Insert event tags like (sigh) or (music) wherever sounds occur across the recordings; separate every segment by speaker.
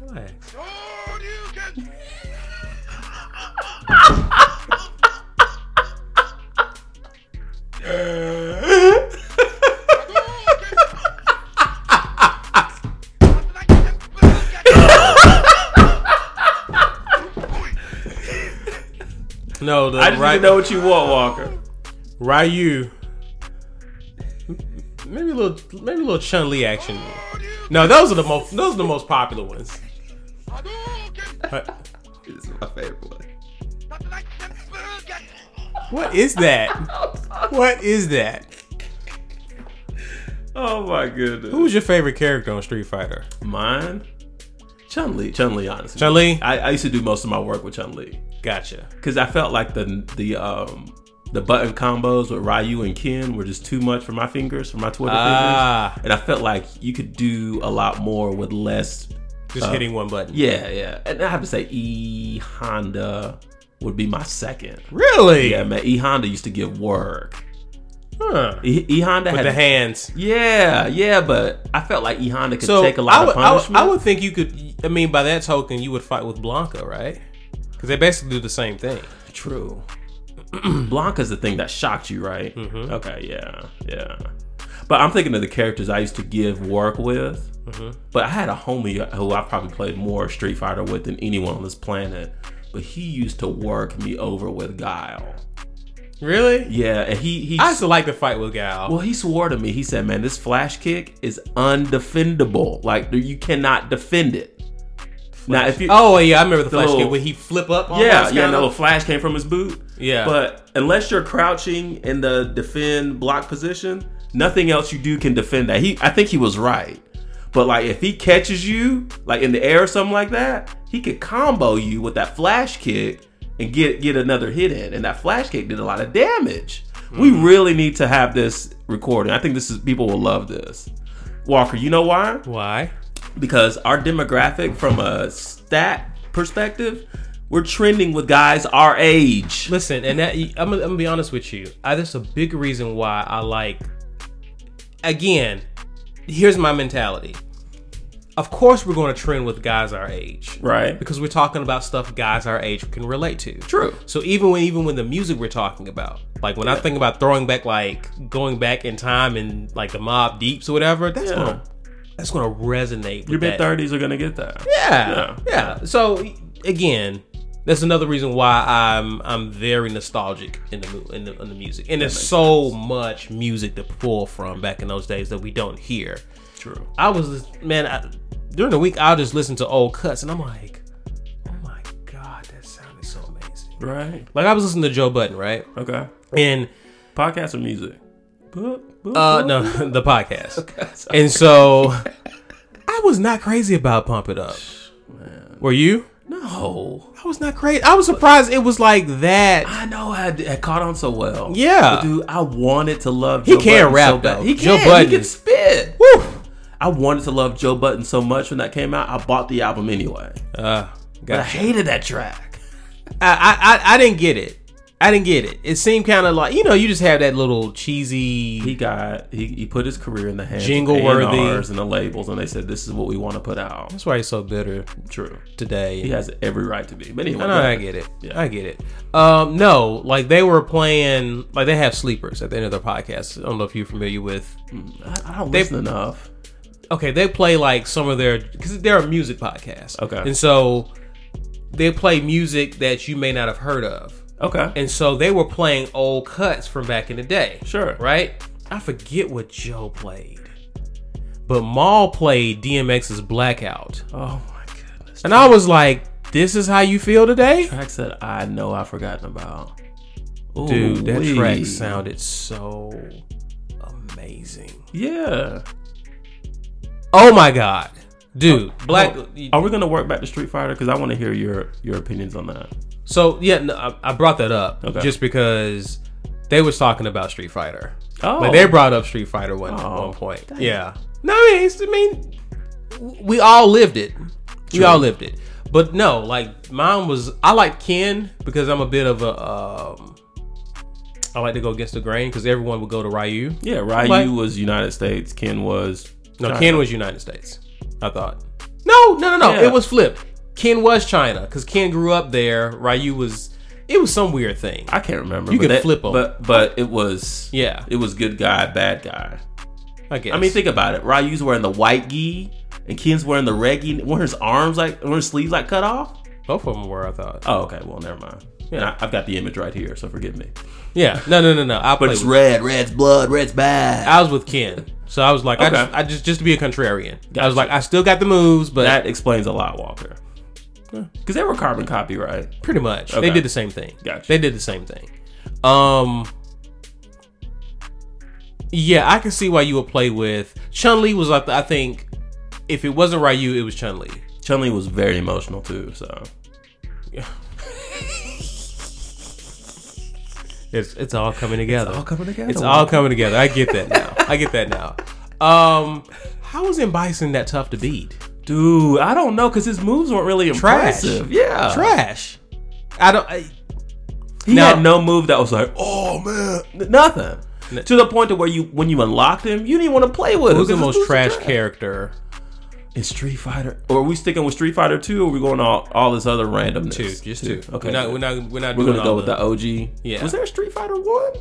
Speaker 1: Why? No, the
Speaker 2: I just
Speaker 1: (laughs)
Speaker 2: need
Speaker 1: right
Speaker 2: to know what you want, Walker.
Speaker 1: Ryu. Maybe a little, maybe a little Chun Li action. No, those are the most, those are the most popular ones.
Speaker 2: This is my favorite one.
Speaker 1: What is that? What is that?
Speaker 2: Oh my goodness.
Speaker 1: Who's your favorite character on Street Fighter?
Speaker 2: mine? Chun Li. Chun Li, honestly.
Speaker 1: Chun Li.
Speaker 2: I, I used to do most of my work with Chun Li
Speaker 1: Gotcha.
Speaker 2: because I felt like the the um the button combos with Ryu and Ken were just too much for my fingers, for my Twitter
Speaker 1: Ah.
Speaker 2: fingers, and I felt like you could do a lot more with less.
Speaker 1: Just hitting one button.
Speaker 2: Uh. Yeah, yeah. And I have to say, E Honda would be my second.
Speaker 1: Really?
Speaker 2: Yeah, man. E Honda used to give work.
Speaker 1: Huh.
Speaker 2: E, e Honda
Speaker 1: With
Speaker 2: had
Speaker 1: the hands.
Speaker 2: Yeah, yeah, but I felt like E Honda could
Speaker 1: So
Speaker 2: take a lot
Speaker 1: I would,
Speaker 2: of
Speaker 1: I would-
Speaker 2: punishment.
Speaker 1: I would think you could. I mean, by that token, you would fight with Blanca, right? Because they basically do the same thing.
Speaker 2: True. (clears throat) Blanca's the thing that shocked you, right? Okay, yeah, yeah. But I'm thinking of the characters I used to give work with. But I had a homie who I probably played more Street Fighter with than anyone on this planet. But he used to work me over with Guile.
Speaker 1: Really?
Speaker 2: Yeah, and he he.
Speaker 1: I used to like to fight with Gal.
Speaker 2: well, he swore to me. He said, "Man, this flash kick is undefendable. Like you cannot defend it." Now, if you
Speaker 1: oh yeah, I remember the, flash
Speaker 2: little-
Speaker 1: kick when he flip up.
Speaker 2: Yeah,
Speaker 1: almost,
Speaker 2: yeah,
Speaker 1: kinda?
Speaker 2: no, flash came from his boot.
Speaker 1: Yeah.
Speaker 2: But unless you're crouching in the defend block position, nothing else you do can defend that. He I think he was right. But like if he catches you like in the air or something like that, he could combo you with that flash kick and get get another hit in. And that flash kick did a lot of damage. We
Speaker 1: Mm-hmm.
Speaker 2: really need to have this recording. I think this is people will love this. Walker, you know why?
Speaker 1: Why?
Speaker 2: because our demographic from a stat perspective we're trending with guys our age
Speaker 1: Listen, and that I'm, gonna- I'm gonna be honest with you. I, that's a big reason why I like. Again, here's my mentality. Of course, we're going to trend with guys our age,
Speaker 2: right
Speaker 1: Because we're talking about stuff guys our age can relate to.
Speaker 2: true
Speaker 1: So even when even when the music we're talking about, like when I think about throwing back, like going back in time and like the Mob Deeps or whatever, that's
Speaker 2: Yeah.
Speaker 1: gonna that's gonna resonate. With
Speaker 2: your
Speaker 1: that.
Speaker 2: mid 30s are gonna get that
Speaker 1: Yeah, yeah. So again, that's another reason why I'm I'm very nostalgic in the mu- in the, in the music, and there's so much music to pull from back in those days that we don't hear.
Speaker 2: true
Speaker 1: I was man I, during the week I'll just listen to old cuts, and I'm like, oh my god, that sounded so amazing.
Speaker 2: right
Speaker 1: Like I was listening to Joe Button, right?
Speaker 2: okay
Speaker 1: And
Speaker 2: podcast or music Boop, boop,
Speaker 1: uh
Speaker 2: boop.
Speaker 1: no, (laughs) the podcast.
Speaker 2: Okay, so-
Speaker 1: And so I was not crazy about Pump It Up. Were you?
Speaker 2: no
Speaker 1: I was not crazy. I was surprised it was like that.
Speaker 2: i know i d- I caught on so well
Speaker 1: Yeah.
Speaker 2: But dude i wanted to love
Speaker 1: He
Speaker 2: joe
Speaker 1: can
Speaker 2: Budden
Speaker 1: rap,
Speaker 2: so bad.
Speaker 1: though.
Speaker 2: he
Speaker 1: Joe
Speaker 2: can
Speaker 1: Budden.
Speaker 2: he can spit
Speaker 1: Woo.
Speaker 2: i wanted to love joe button so much when that came out i bought the album anyway
Speaker 1: Uh,
Speaker 2: but i
Speaker 1: gotcha.
Speaker 2: hated that track
Speaker 1: I, I I I didn't get it. I didn't get it. It seemed kind of like you know you just have that little
Speaker 2: he
Speaker 1: cheesy.
Speaker 2: got he, he put his career in the hands
Speaker 1: Jingle
Speaker 2: of
Speaker 1: worthy.
Speaker 2: A&Rs and the labels and they said this is what we want to put out
Speaker 1: That's why he's so bitter
Speaker 2: true
Speaker 1: today.
Speaker 2: he has every right to be but anyway
Speaker 1: I
Speaker 2: go
Speaker 1: know, I
Speaker 2: ahead.
Speaker 1: get it.
Speaker 2: Yeah.
Speaker 1: I get it. Um, no, like they were playing, like they have sleepers at the end of their podcast. I don't know if you're familiar with.
Speaker 2: I, I don't listen enough
Speaker 1: Okay, they play like some of their because they're a music podcast.
Speaker 2: Okay.
Speaker 1: and so they play music that you may not have heard of,
Speaker 2: okay
Speaker 1: and so they were playing old cuts from back in the day.
Speaker 2: sure
Speaker 1: right? I forget what Joe played, but Maul played DMX's Blackout,
Speaker 2: oh my goodness
Speaker 1: and I was like, "This is how you feel today."
Speaker 2: tracks that I know I've forgotten about
Speaker 1: Dude, that track
Speaker 2: Ooh-wee.
Speaker 1: sounded so amazing.
Speaker 2: yeah
Speaker 1: Oh my god. Dude, Black
Speaker 2: Oh, are we gonna work back to Street Fighter because I want to hear your your opinions on that
Speaker 1: So, yeah, no, I, I brought that up
Speaker 2: Okay.
Speaker 1: just because they was talking about Street Fighter.
Speaker 2: oh
Speaker 1: Like they brought up Street Fighter one
Speaker 2: Oh.
Speaker 1: one point. Yeah. No, I mean, it's, I mean, we all lived it. We all lived it. But no, like mine was. I like Ken because I'm a bit of a. Um, I like to go against the grain because everyone would go to Ryu.
Speaker 2: yeah Ryu
Speaker 1: Like-
Speaker 2: was United States Ken was
Speaker 1: No,
Speaker 2: China.
Speaker 1: Ken was United States. I thought. No, no, no, no.
Speaker 2: Yeah.
Speaker 1: It was flipped. Ken was China because Ken grew up there. Ryu was. It was some weird thing.
Speaker 2: I can't remember.
Speaker 1: You
Speaker 2: but
Speaker 1: could
Speaker 2: that-
Speaker 1: flip 'em.
Speaker 2: but but it was
Speaker 1: Yeah.
Speaker 2: it was good guy, bad guy.
Speaker 1: I guess.
Speaker 2: I mean, think about it. Ryu's wearing the white gi, and Ken's wearing the red gi. Weren't his arms like, weren't his sleeves like cut off?
Speaker 1: both of them were. I thought.
Speaker 2: Oh, okay. Well, never mind. And I, I've got the image right here, so forgive me.
Speaker 1: Yeah. No, no, no, no. I
Speaker 2: But
Speaker 1: played.
Speaker 2: it's
Speaker 1: With,
Speaker 2: red. Red's blood. Red's bad.
Speaker 1: I was with Ken, so I was like, I,
Speaker 2: Okay.
Speaker 1: just, I just just to be a contrarian. I was like, I still got the moves, but
Speaker 2: That explains a lot, Walker. Because they were carbon copy, right?
Speaker 1: pretty much
Speaker 2: Okay.
Speaker 1: they did the same thing.
Speaker 2: Gotcha.
Speaker 1: They did the same thing. Um. Yeah, I can see why you would play with Chun Li. Was like I think if it wasn't Ryu, it was Chun
Speaker 2: (laughs)
Speaker 1: Li.
Speaker 2: Chun Li was very emotional too, so
Speaker 1: It's it's all coming together.
Speaker 2: coming together.
Speaker 1: It's all coming together. I get that now. I get that now. Um, how was in Bison that tough to beat?
Speaker 2: dude. I don't know because his moves weren't really
Speaker 1: Trash.
Speaker 2: impressive. Yeah,
Speaker 1: Trash. I don't. I,
Speaker 2: He
Speaker 1: Now-
Speaker 2: had no move that was like, oh man, N- nothing.
Speaker 1: N-
Speaker 2: To the point to where you, when you unlocked him, you didn't want to play with him.
Speaker 1: who's the
Speaker 2: 'cause
Speaker 1: most
Speaker 2: this dude's
Speaker 1: trash character?
Speaker 2: Is Street Fighter? Or are we sticking with Street Fighter Two? Or are we going all all this other randomness?
Speaker 1: Two, just two.
Speaker 2: Okay,
Speaker 1: We're not.
Speaker 2: good.
Speaker 1: We're not. We're not
Speaker 2: We're
Speaker 1: doing
Speaker 2: gonna go
Speaker 1: all
Speaker 2: with
Speaker 1: the-
Speaker 2: the OG.
Speaker 1: Yeah.
Speaker 2: Was there a Street Fighter One?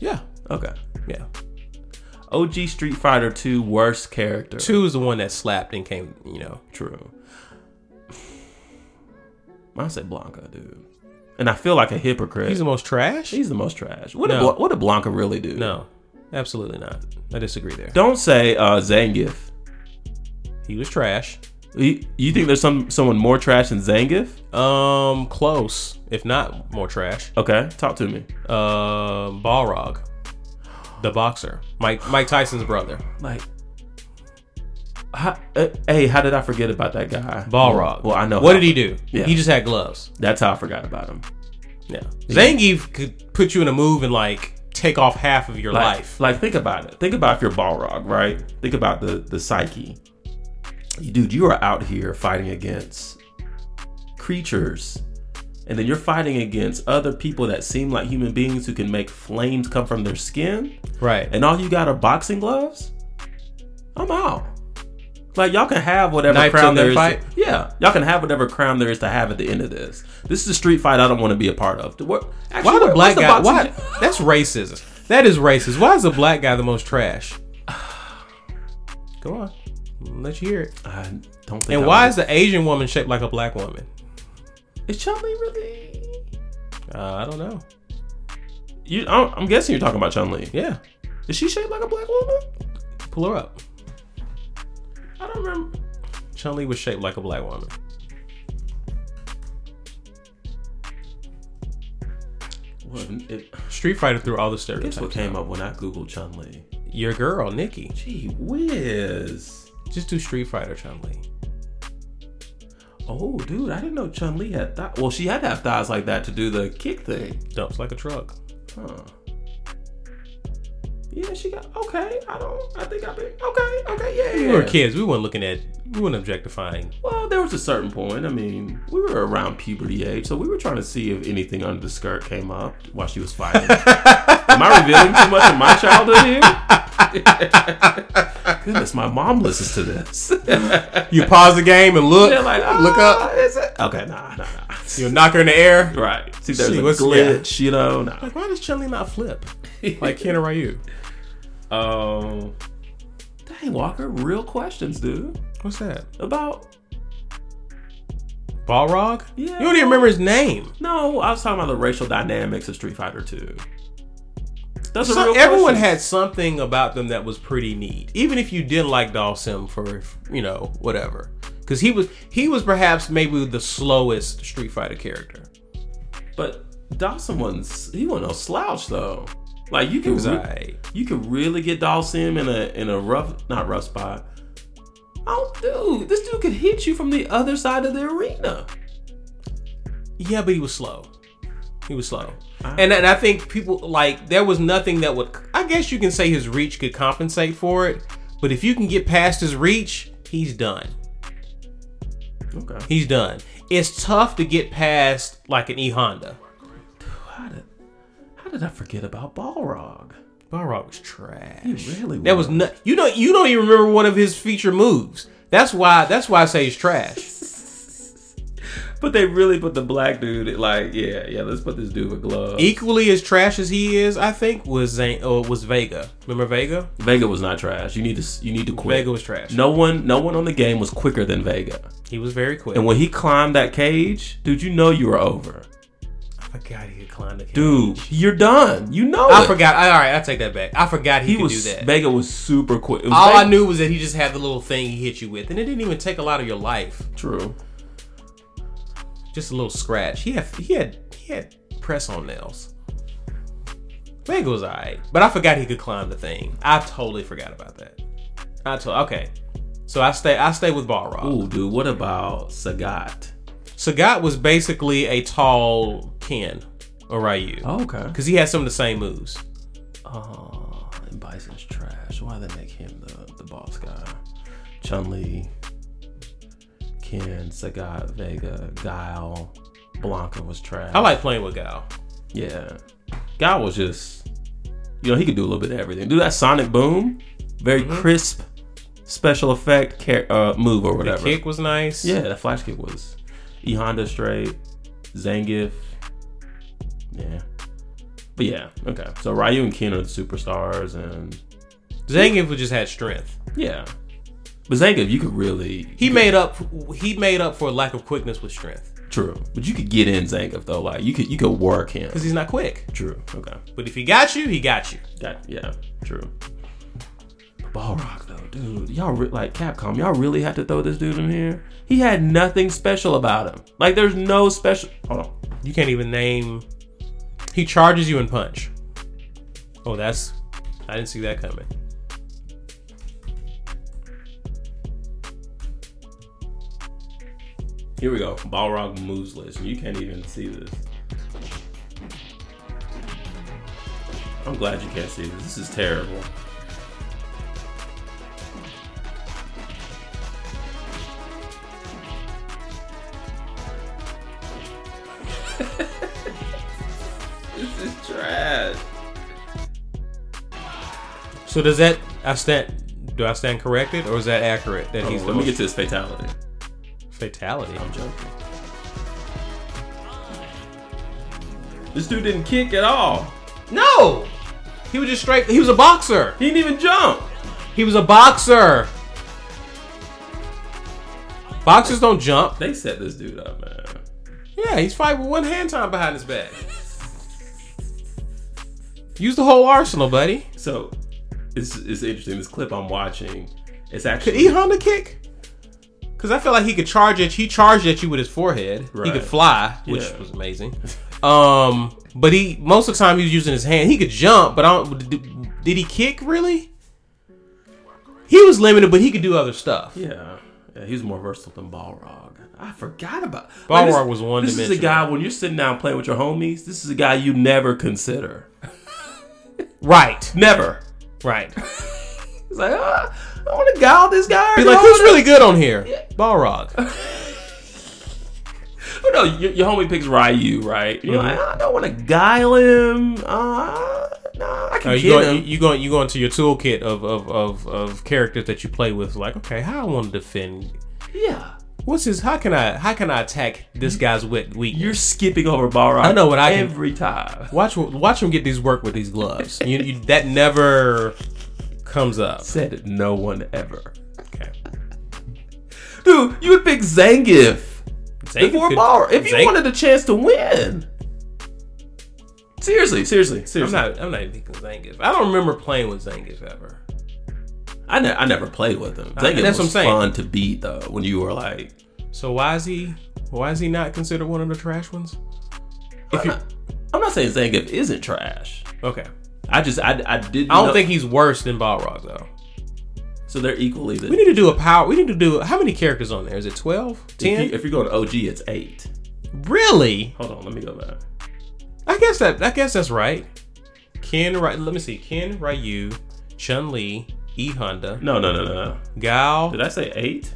Speaker 1: Yeah.
Speaker 2: Okay.
Speaker 1: Yeah.
Speaker 2: OG Street Fighter Two worst character.
Speaker 1: Two is the one that slapped and came. You know.
Speaker 2: True. (sighs) I say Blanca, dude. And I feel like a hypocrite.
Speaker 1: He's
Speaker 2: He's,
Speaker 1: the most trash.
Speaker 2: the most trash. What,
Speaker 1: No.
Speaker 2: did, Bla- what did Blanca really do?
Speaker 1: No, absolutely not. I disagree there.
Speaker 2: Don't say uh, Zangief.
Speaker 1: He was trash.
Speaker 2: You, you think there's some someone more trash than Zangief?
Speaker 1: Um, close, if not more trash.
Speaker 2: Okay, talk to me.
Speaker 1: Uh, Balrog, the boxer, Mike Mike Tyson's brother.
Speaker 2: Like, how, uh, hey, how did I forget about that guy?
Speaker 1: Balrog.
Speaker 2: Well, I know.
Speaker 1: What did he do?
Speaker 2: Yeah.
Speaker 1: He just had gloves.
Speaker 2: That's how I forgot about him.
Speaker 1: Yeah. Zangief could put you in a move and like take off half of your
Speaker 2: Like,
Speaker 1: life.
Speaker 2: Like, think about it. Think about if you're Balrog, right? Think about the the psyche. Dude, you are out here fighting against creatures, and then you're fighting against other people that seem like human beings who can make flames come from their skin,
Speaker 1: Right.
Speaker 2: and all you got are boxing gloves. I'm out. Like y'all can have whatever
Speaker 1: Knife to
Speaker 2: crown there
Speaker 1: their
Speaker 2: is.
Speaker 1: fight?
Speaker 2: yeah, y'all can have whatever crown there is to have at the end of this. This is a street fight I don't want to be a part of. What, actually,
Speaker 1: why
Speaker 2: where-
Speaker 1: the
Speaker 2: what's
Speaker 1: black guy?
Speaker 2: boxing-
Speaker 1: Why?
Speaker 2: (laughs)
Speaker 1: (laughs) That's racism. That is racist. Why is the black guy the most trash? Go on. Let you hear it.
Speaker 2: I don't think.
Speaker 1: And
Speaker 2: I
Speaker 1: why
Speaker 2: would.
Speaker 1: is the Asian woman shaped like a black woman?
Speaker 2: Is Chun Li really?
Speaker 1: Uh, I don't know.
Speaker 2: You, I'm, I'm guessing you're talking about Chun Li.
Speaker 1: Yeah.
Speaker 2: Is she shaped like a black woman?
Speaker 1: Pull her up.
Speaker 2: I don't remember.
Speaker 1: Chun Li was shaped like a black woman.
Speaker 2: What, it,
Speaker 1: Street Fighter threw all the
Speaker 2: guess what
Speaker 1: stereotypes.
Speaker 2: came up when I googled Chun Li?
Speaker 1: Your girl, Nikki.
Speaker 2: Gee whiz!
Speaker 1: Just do Street Fighter Chun Li.
Speaker 2: Oh, dude, I didn't know Chun Li had thighs. Well, she had to have thighs like that to do the kick thing.
Speaker 1: Dumps like a truck.
Speaker 2: Huh. Yeah, she got okay. I don't. I think I been okay. Okay, yeah.
Speaker 1: We were kids. We weren't looking at. We weren't objectifying.
Speaker 2: Well, there was a certain point. I mean, we were around puberty age, so we were trying to see if anything under the skirt came up while she was
Speaker 1: (laughs)
Speaker 2: fighting. Am I revealing too much of my childhood here? (laughs) Goodness, my mom listens to this. (laughs)
Speaker 1: You pause the game and look.
Speaker 2: They're like,
Speaker 1: look up.
Speaker 2: "Ah, Is it? Okay, nah, nah, nah.
Speaker 1: You knock her in the air.
Speaker 2: Right. See, there's
Speaker 1: See,
Speaker 2: a
Speaker 1: what's-
Speaker 2: glitch, you know. Nah. (laughs)
Speaker 1: Like, why does Chun Li not flip? Like Ken or Ryu?
Speaker 2: Um, dang, Walker, real questions, dude.
Speaker 1: What's that?
Speaker 2: About
Speaker 1: Balrog?
Speaker 2: Yeah.
Speaker 1: You don't even remember his name.
Speaker 2: no, I was talking about the racial dynamics of Street Fighter Two. That's a
Speaker 1: So
Speaker 2: real
Speaker 1: everyone
Speaker 2: question.
Speaker 1: had something about them that was pretty neat, even if you didn't like Dal Sim for you know whatever, because he was he was perhaps maybe the slowest Street Fighter character.
Speaker 2: But Dawson wasn't he wasn't no slouch though. Like you can
Speaker 1: was
Speaker 2: re-
Speaker 1: aight.
Speaker 2: you can really get Dawson in a in a rough not rough spot. Oh dude, this dude could hit you from the other side of the arena.
Speaker 1: Yeah, but he was slow. He was slow, and and I think people like there was nothing that would. I guess you can say his reach could compensate for it, but if you can get past his reach, he's done.
Speaker 2: Okay.
Speaker 1: He's done. It's tough to get past like an E Honda.
Speaker 2: How did how did I forget about Balrog?
Speaker 1: Balrog was trash.
Speaker 2: He really
Speaker 1: That was not. You don't. You don't even remember one of his feature moves. That's why. That's why I say he's trash.
Speaker 2: (laughs) But they really put the black dude in, like, yeah, yeah. Let's put this dude with gloves.
Speaker 1: Equally as trash as he is, I think was Zane, or was Vega. Remember Vega?
Speaker 2: Vega was not trash. You need to you need to quit.
Speaker 1: Vega was trash.
Speaker 2: No one no one on the game was quicker than Vega.
Speaker 1: He was very quick.
Speaker 2: And when he climbed that cage, dude, you know you were over.
Speaker 1: I forgot he could climb the cage.
Speaker 2: Dude, you're done. You know
Speaker 1: I
Speaker 2: it.
Speaker 1: forgot. I- All right, I take that back. I forgot he,
Speaker 2: He
Speaker 1: could
Speaker 2: was
Speaker 1: do that.
Speaker 2: Vega was super quick. It was
Speaker 1: All
Speaker 2: Vega-
Speaker 1: I knew was that he just had the little thing he hit you with, and it didn't even take a lot of your life.
Speaker 2: True.
Speaker 1: Just a little scratch. He had he had he had press on nails. Vega was alright, but I forgot he could climb the thing. I totally forgot about that. I told okay, so I stay I stay with Balrog.
Speaker 2: Ooh, dude, what about Sagat?
Speaker 1: Sagat was basically a tall Ken or Ryu
Speaker 2: okay.
Speaker 1: because he had some of the same moves.
Speaker 2: Oh, and Bison's trash. Why they make him the, the boss guy? Chun Li, Ken, Sagat, Vega, Guile, Blanca was trash.
Speaker 1: I like playing with Gal.
Speaker 2: Yeah. Guy was just, you know, he could do a little bit of everything. Do that sonic boom, very
Speaker 1: Mm-hmm.
Speaker 2: crisp special effect car- uh, move or
Speaker 1: The
Speaker 2: whatever.
Speaker 1: kick was nice.
Speaker 2: Yeah, that flash kick was. E Honda straight, Zangief. Yeah. But yeah, okay. So Ryu and Ken are the superstars, and
Speaker 1: Zangief was- just had strength.
Speaker 2: yeah. But Zangief, you could really.
Speaker 1: He made up he made up for lack of quickness with strength
Speaker 2: True. But you could get in Zangief, though. Like, you could you could work him.
Speaker 1: because he's not quick.
Speaker 2: True. Okay.
Speaker 1: But if he got you, he got you.
Speaker 2: That yeah, true. Balrog though, dude, y'all re- like Capcom, y'all really had to throw this dude in here. He had nothing special about him. Like there's no special. Hold on,
Speaker 1: You can't even name. He charges you and punch. Oh, that's. I didn't see that coming.
Speaker 2: here we go. Balrog moves list. You can't even see this. I'm glad you can't see this. This is terrible. (laughs) this is trash.
Speaker 1: So does that I stand? Do I stand corrected, or is that accurate? That
Speaker 2: Hold
Speaker 1: he's
Speaker 2: on,
Speaker 1: the
Speaker 2: Oh, let
Speaker 1: most
Speaker 2: me get Oh. to his fatality.
Speaker 1: fatality.
Speaker 2: I'm joking. This dude didn't kick at all.
Speaker 1: No, he was just straight. He was a boxer.
Speaker 2: He didn't even jump.
Speaker 1: He was a boxer. Boxers don't jump.
Speaker 2: They set this dude up, man.
Speaker 1: Yeah, he's fighting with one hand tied behind his back. Use the whole arsenal, buddy.
Speaker 2: So it's, it's interesting. This clip I'm watching, it's actually
Speaker 1: Could E Honda kick? Because I feel like he could charge at he charged at you with his forehead. He
Speaker 2: Right.
Speaker 1: could fly, which
Speaker 2: Yeah.
Speaker 1: was amazing. Um, but he most of the time he was using his hand. He could jump, but I don't, did, did he kick really? He was limited, but he could do other stuff.
Speaker 2: yeah, yeah. He was more versatile than Balrog. I forgot about
Speaker 1: Balrog was one
Speaker 2: This is a
Speaker 1: dimensional.
Speaker 2: guy when you're sitting down playing with your homies. This is a guy you never consider.
Speaker 1: Right,
Speaker 2: Never.
Speaker 1: right.
Speaker 2: It's like ah, I want to guile this guy.
Speaker 1: Be
Speaker 2: or
Speaker 1: like,
Speaker 2: go
Speaker 1: who's really good on here? Balrog.
Speaker 2: Oh no, your, your homie picks Ryu,
Speaker 1: Mm-hmm.
Speaker 2: right? You're like, "Ah, I don't want to guile him. Uh, nah,
Speaker 1: Are
Speaker 2: I can get
Speaker 1: Oh, you going?
Speaker 2: him.
Speaker 1: You going? You going to your toolkit of of of, of characters that you play with? Like, okay, how I want to defend.
Speaker 2: yeah,
Speaker 1: What's his? How can I? How can I attack this guy's weak weakness?
Speaker 2: you're skipping over Balrog.
Speaker 1: I know what I can-
Speaker 2: every time.
Speaker 1: Watch watch him get these work with these gloves. You, you that never comes up.
Speaker 2: Said no one ever,
Speaker 1: Okay.
Speaker 2: dude. You would pick Zangief
Speaker 1: Zangief
Speaker 2: before
Speaker 1: could-
Speaker 2: Balrog if you
Speaker 1: Zang-
Speaker 2: wanted a chance to win. Seriously, seriously,
Speaker 1: I'm
Speaker 2: seriously.
Speaker 1: not. I'm not even thinking Zangief. I don't remember playing with Zangief ever.
Speaker 2: I, ne- I never played with him.
Speaker 1: I-
Speaker 2: Zangief
Speaker 1: Uh, that's
Speaker 2: that's
Speaker 1: what I'm
Speaker 2: was
Speaker 1: saying.
Speaker 2: fun to beat though when you were like,
Speaker 1: So why is he? Why is he not considered one of the trash ones? If
Speaker 2: I'm,
Speaker 1: you
Speaker 2: not, I'm not saying Zangief isn't trash.
Speaker 1: okay,
Speaker 2: I just I, I didn't.
Speaker 1: I don't
Speaker 2: know-
Speaker 1: think he's worse than Balrog though.
Speaker 2: so. They're equally the
Speaker 1: We need to do a power. We need to do how many characters on there? Is it 12?
Speaker 2: If
Speaker 1: 10?
Speaker 2: you, if you go to OG, it's eight.
Speaker 1: really?
Speaker 2: Hold on, let me go back.
Speaker 1: I guess that. I guess that's right. Ken. Right. Let me see. Ken Ryu, Chun Li, E Honda,
Speaker 2: No, no, no, no, no.
Speaker 1: Gao.
Speaker 2: Did I say eight?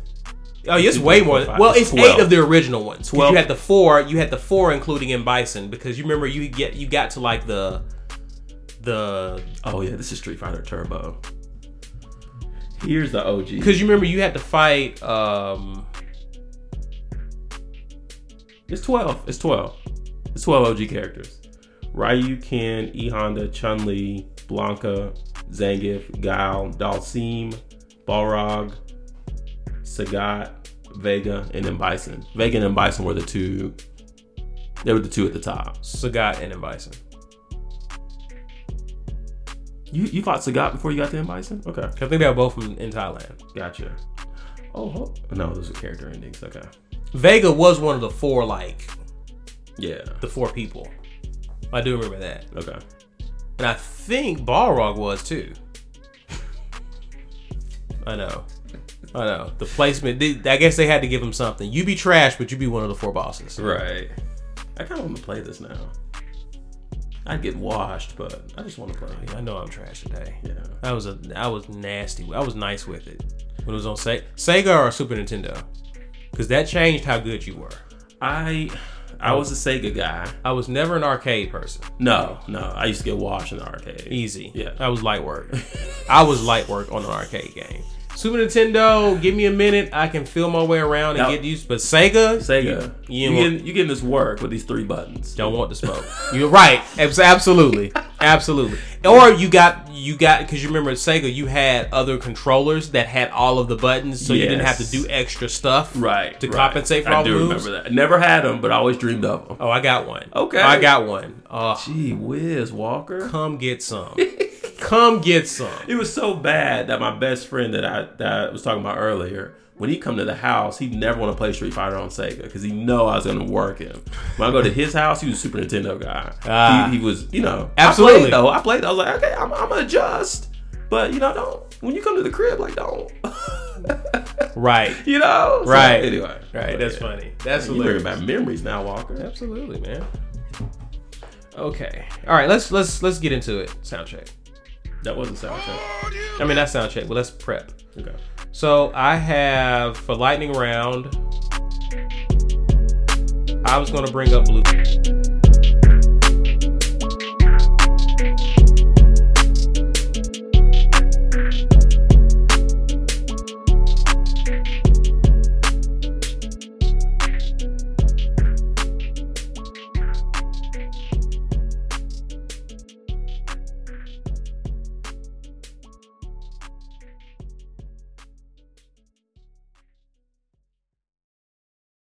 Speaker 1: Oh, it's
Speaker 2: Two,
Speaker 1: way
Speaker 2: three,
Speaker 1: more.
Speaker 2: four,
Speaker 1: Than,
Speaker 2: five.
Speaker 1: well, it's
Speaker 2: Twelve.
Speaker 1: eight of the original ones. 'Cause
Speaker 2: Twelve.
Speaker 1: You had the four. You had the four, including in Bison, because you remember you get you got to like the the
Speaker 2: Oh yeah, this is Street Fighter Turbo. Here's the OG.
Speaker 1: Because you remember you had to fight. um
Speaker 2: It's 12. It's 12. It's 12 OG characters. Ryu, Ken, E Honda, Chun Li, Blanca, Zangief, Guile, Dalsim, Balrog, Sagat, Vega, and then Bison. Vega and Bison were the two. They were the two at the top.
Speaker 1: Sagat and M. Bison.
Speaker 2: You you fought Sagat before you got to M Bison? Okay,
Speaker 1: 'Cause I think they were both from in Thailand.
Speaker 2: gotcha. Oh ho- no, those are character endings. Okay,
Speaker 1: Vega was one of the four like
Speaker 2: yeah.
Speaker 1: the four people. I do remember that,
Speaker 2: Okay,
Speaker 1: and I think Balrog was too. (laughs) I know, I know. The placement. They, I guess they had to give him something. You be trash, but you be one of the four bosses.
Speaker 2: right. I kind of want to play this now. I'd get washed, but I just want to play. it.
Speaker 1: I know I'm trash today.
Speaker 2: Yeah.
Speaker 1: I was a I was nasty. I was nice with it when it was on Se- Sega or Super Nintendo, because that changed how good you were.
Speaker 2: I I was a Sega guy.
Speaker 1: I was never an arcade person.
Speaker 2: No, no. I used to get washed in the arcade.
Speaker 1: Easy.
Speaker 2: Yeah.
Speaker 1: I was light work. I was light work on an arcade game. Super Nintendo, give me a minute. I can feel my way around and
Speaker 2: Now-
Speaker 1: get used. But Sega,
Speaker 2: Sega.
Speaker 1: You- you
Speaker 2: You,
Speaker 1: ain't
Speaker 2: getting, you getting this work with these three buttons.
Speaker 1: don't want the smoke. (laughs) You're right. Abs- Absolutely, absolutely. Or you got you got because you remember at Sega, you had other controllers that had all of the buttons, so you didn't have
Speaker 2: Yes.
Speaker 1: to do extra stuff.
Speaker 2: Right.
Speaker 1: To
Speaker 2: right.
Speaker 1: compensate for
Speaker 2: I
Speaker 1: all the
Speaker 2: do
Speaker 1: moves?
Speaker 2: remember that. I never had them, but I always dreamed of them.
Speaker 1: Oh, I got one.
Speaker 2: Okay.
Speaker 1: I got one. Uh,
Speaker 2: Gee whiz, Walker.
Speaker 1: come get
Speaker 2: (laughs)
Speaker 1: some. come get some.
Speaker 2: It was so bad that my best friend that I that I was talking about earlier, when he come to the house, he never want to play Street Fighter on Sega because he know I was gonna work him. When I go to his house, he was a Super Nintendo guy.
Speaker 1: Ah.
Speaker 2: he, he was, you know, I
Speaker 1: Absolutely.
Speaker 2: played, though I played. I was like, okay, I'm, I'm gonna adjust, but you know, don't when you come to the crib, like don't, (laughs)
Speaker 1: Right.
Speaker 2: you know, So,
Speaker 1: Right.
Speaker 2: anyway,
Speaker 1: Right.
Speaker 2: But,
Speaker 1: That's
Speaker 2: Oh, yeah.
Speaker 1: funny. That's
Speaker 2: You bring
Speaker 1: hilarious.
Speaker 2: about memories now, Walker.
Speaker 1: Absolutely, man. Okay. All right. Let's let's let's get into it. Sound check.
Speaker 2: That wasn't soundtrack.
Speaker 1: I mean, not sound check, but let's prep.
Speaker 2: Okay.
Speaker 1: So I have for lightning round. I was gonna bring up blue.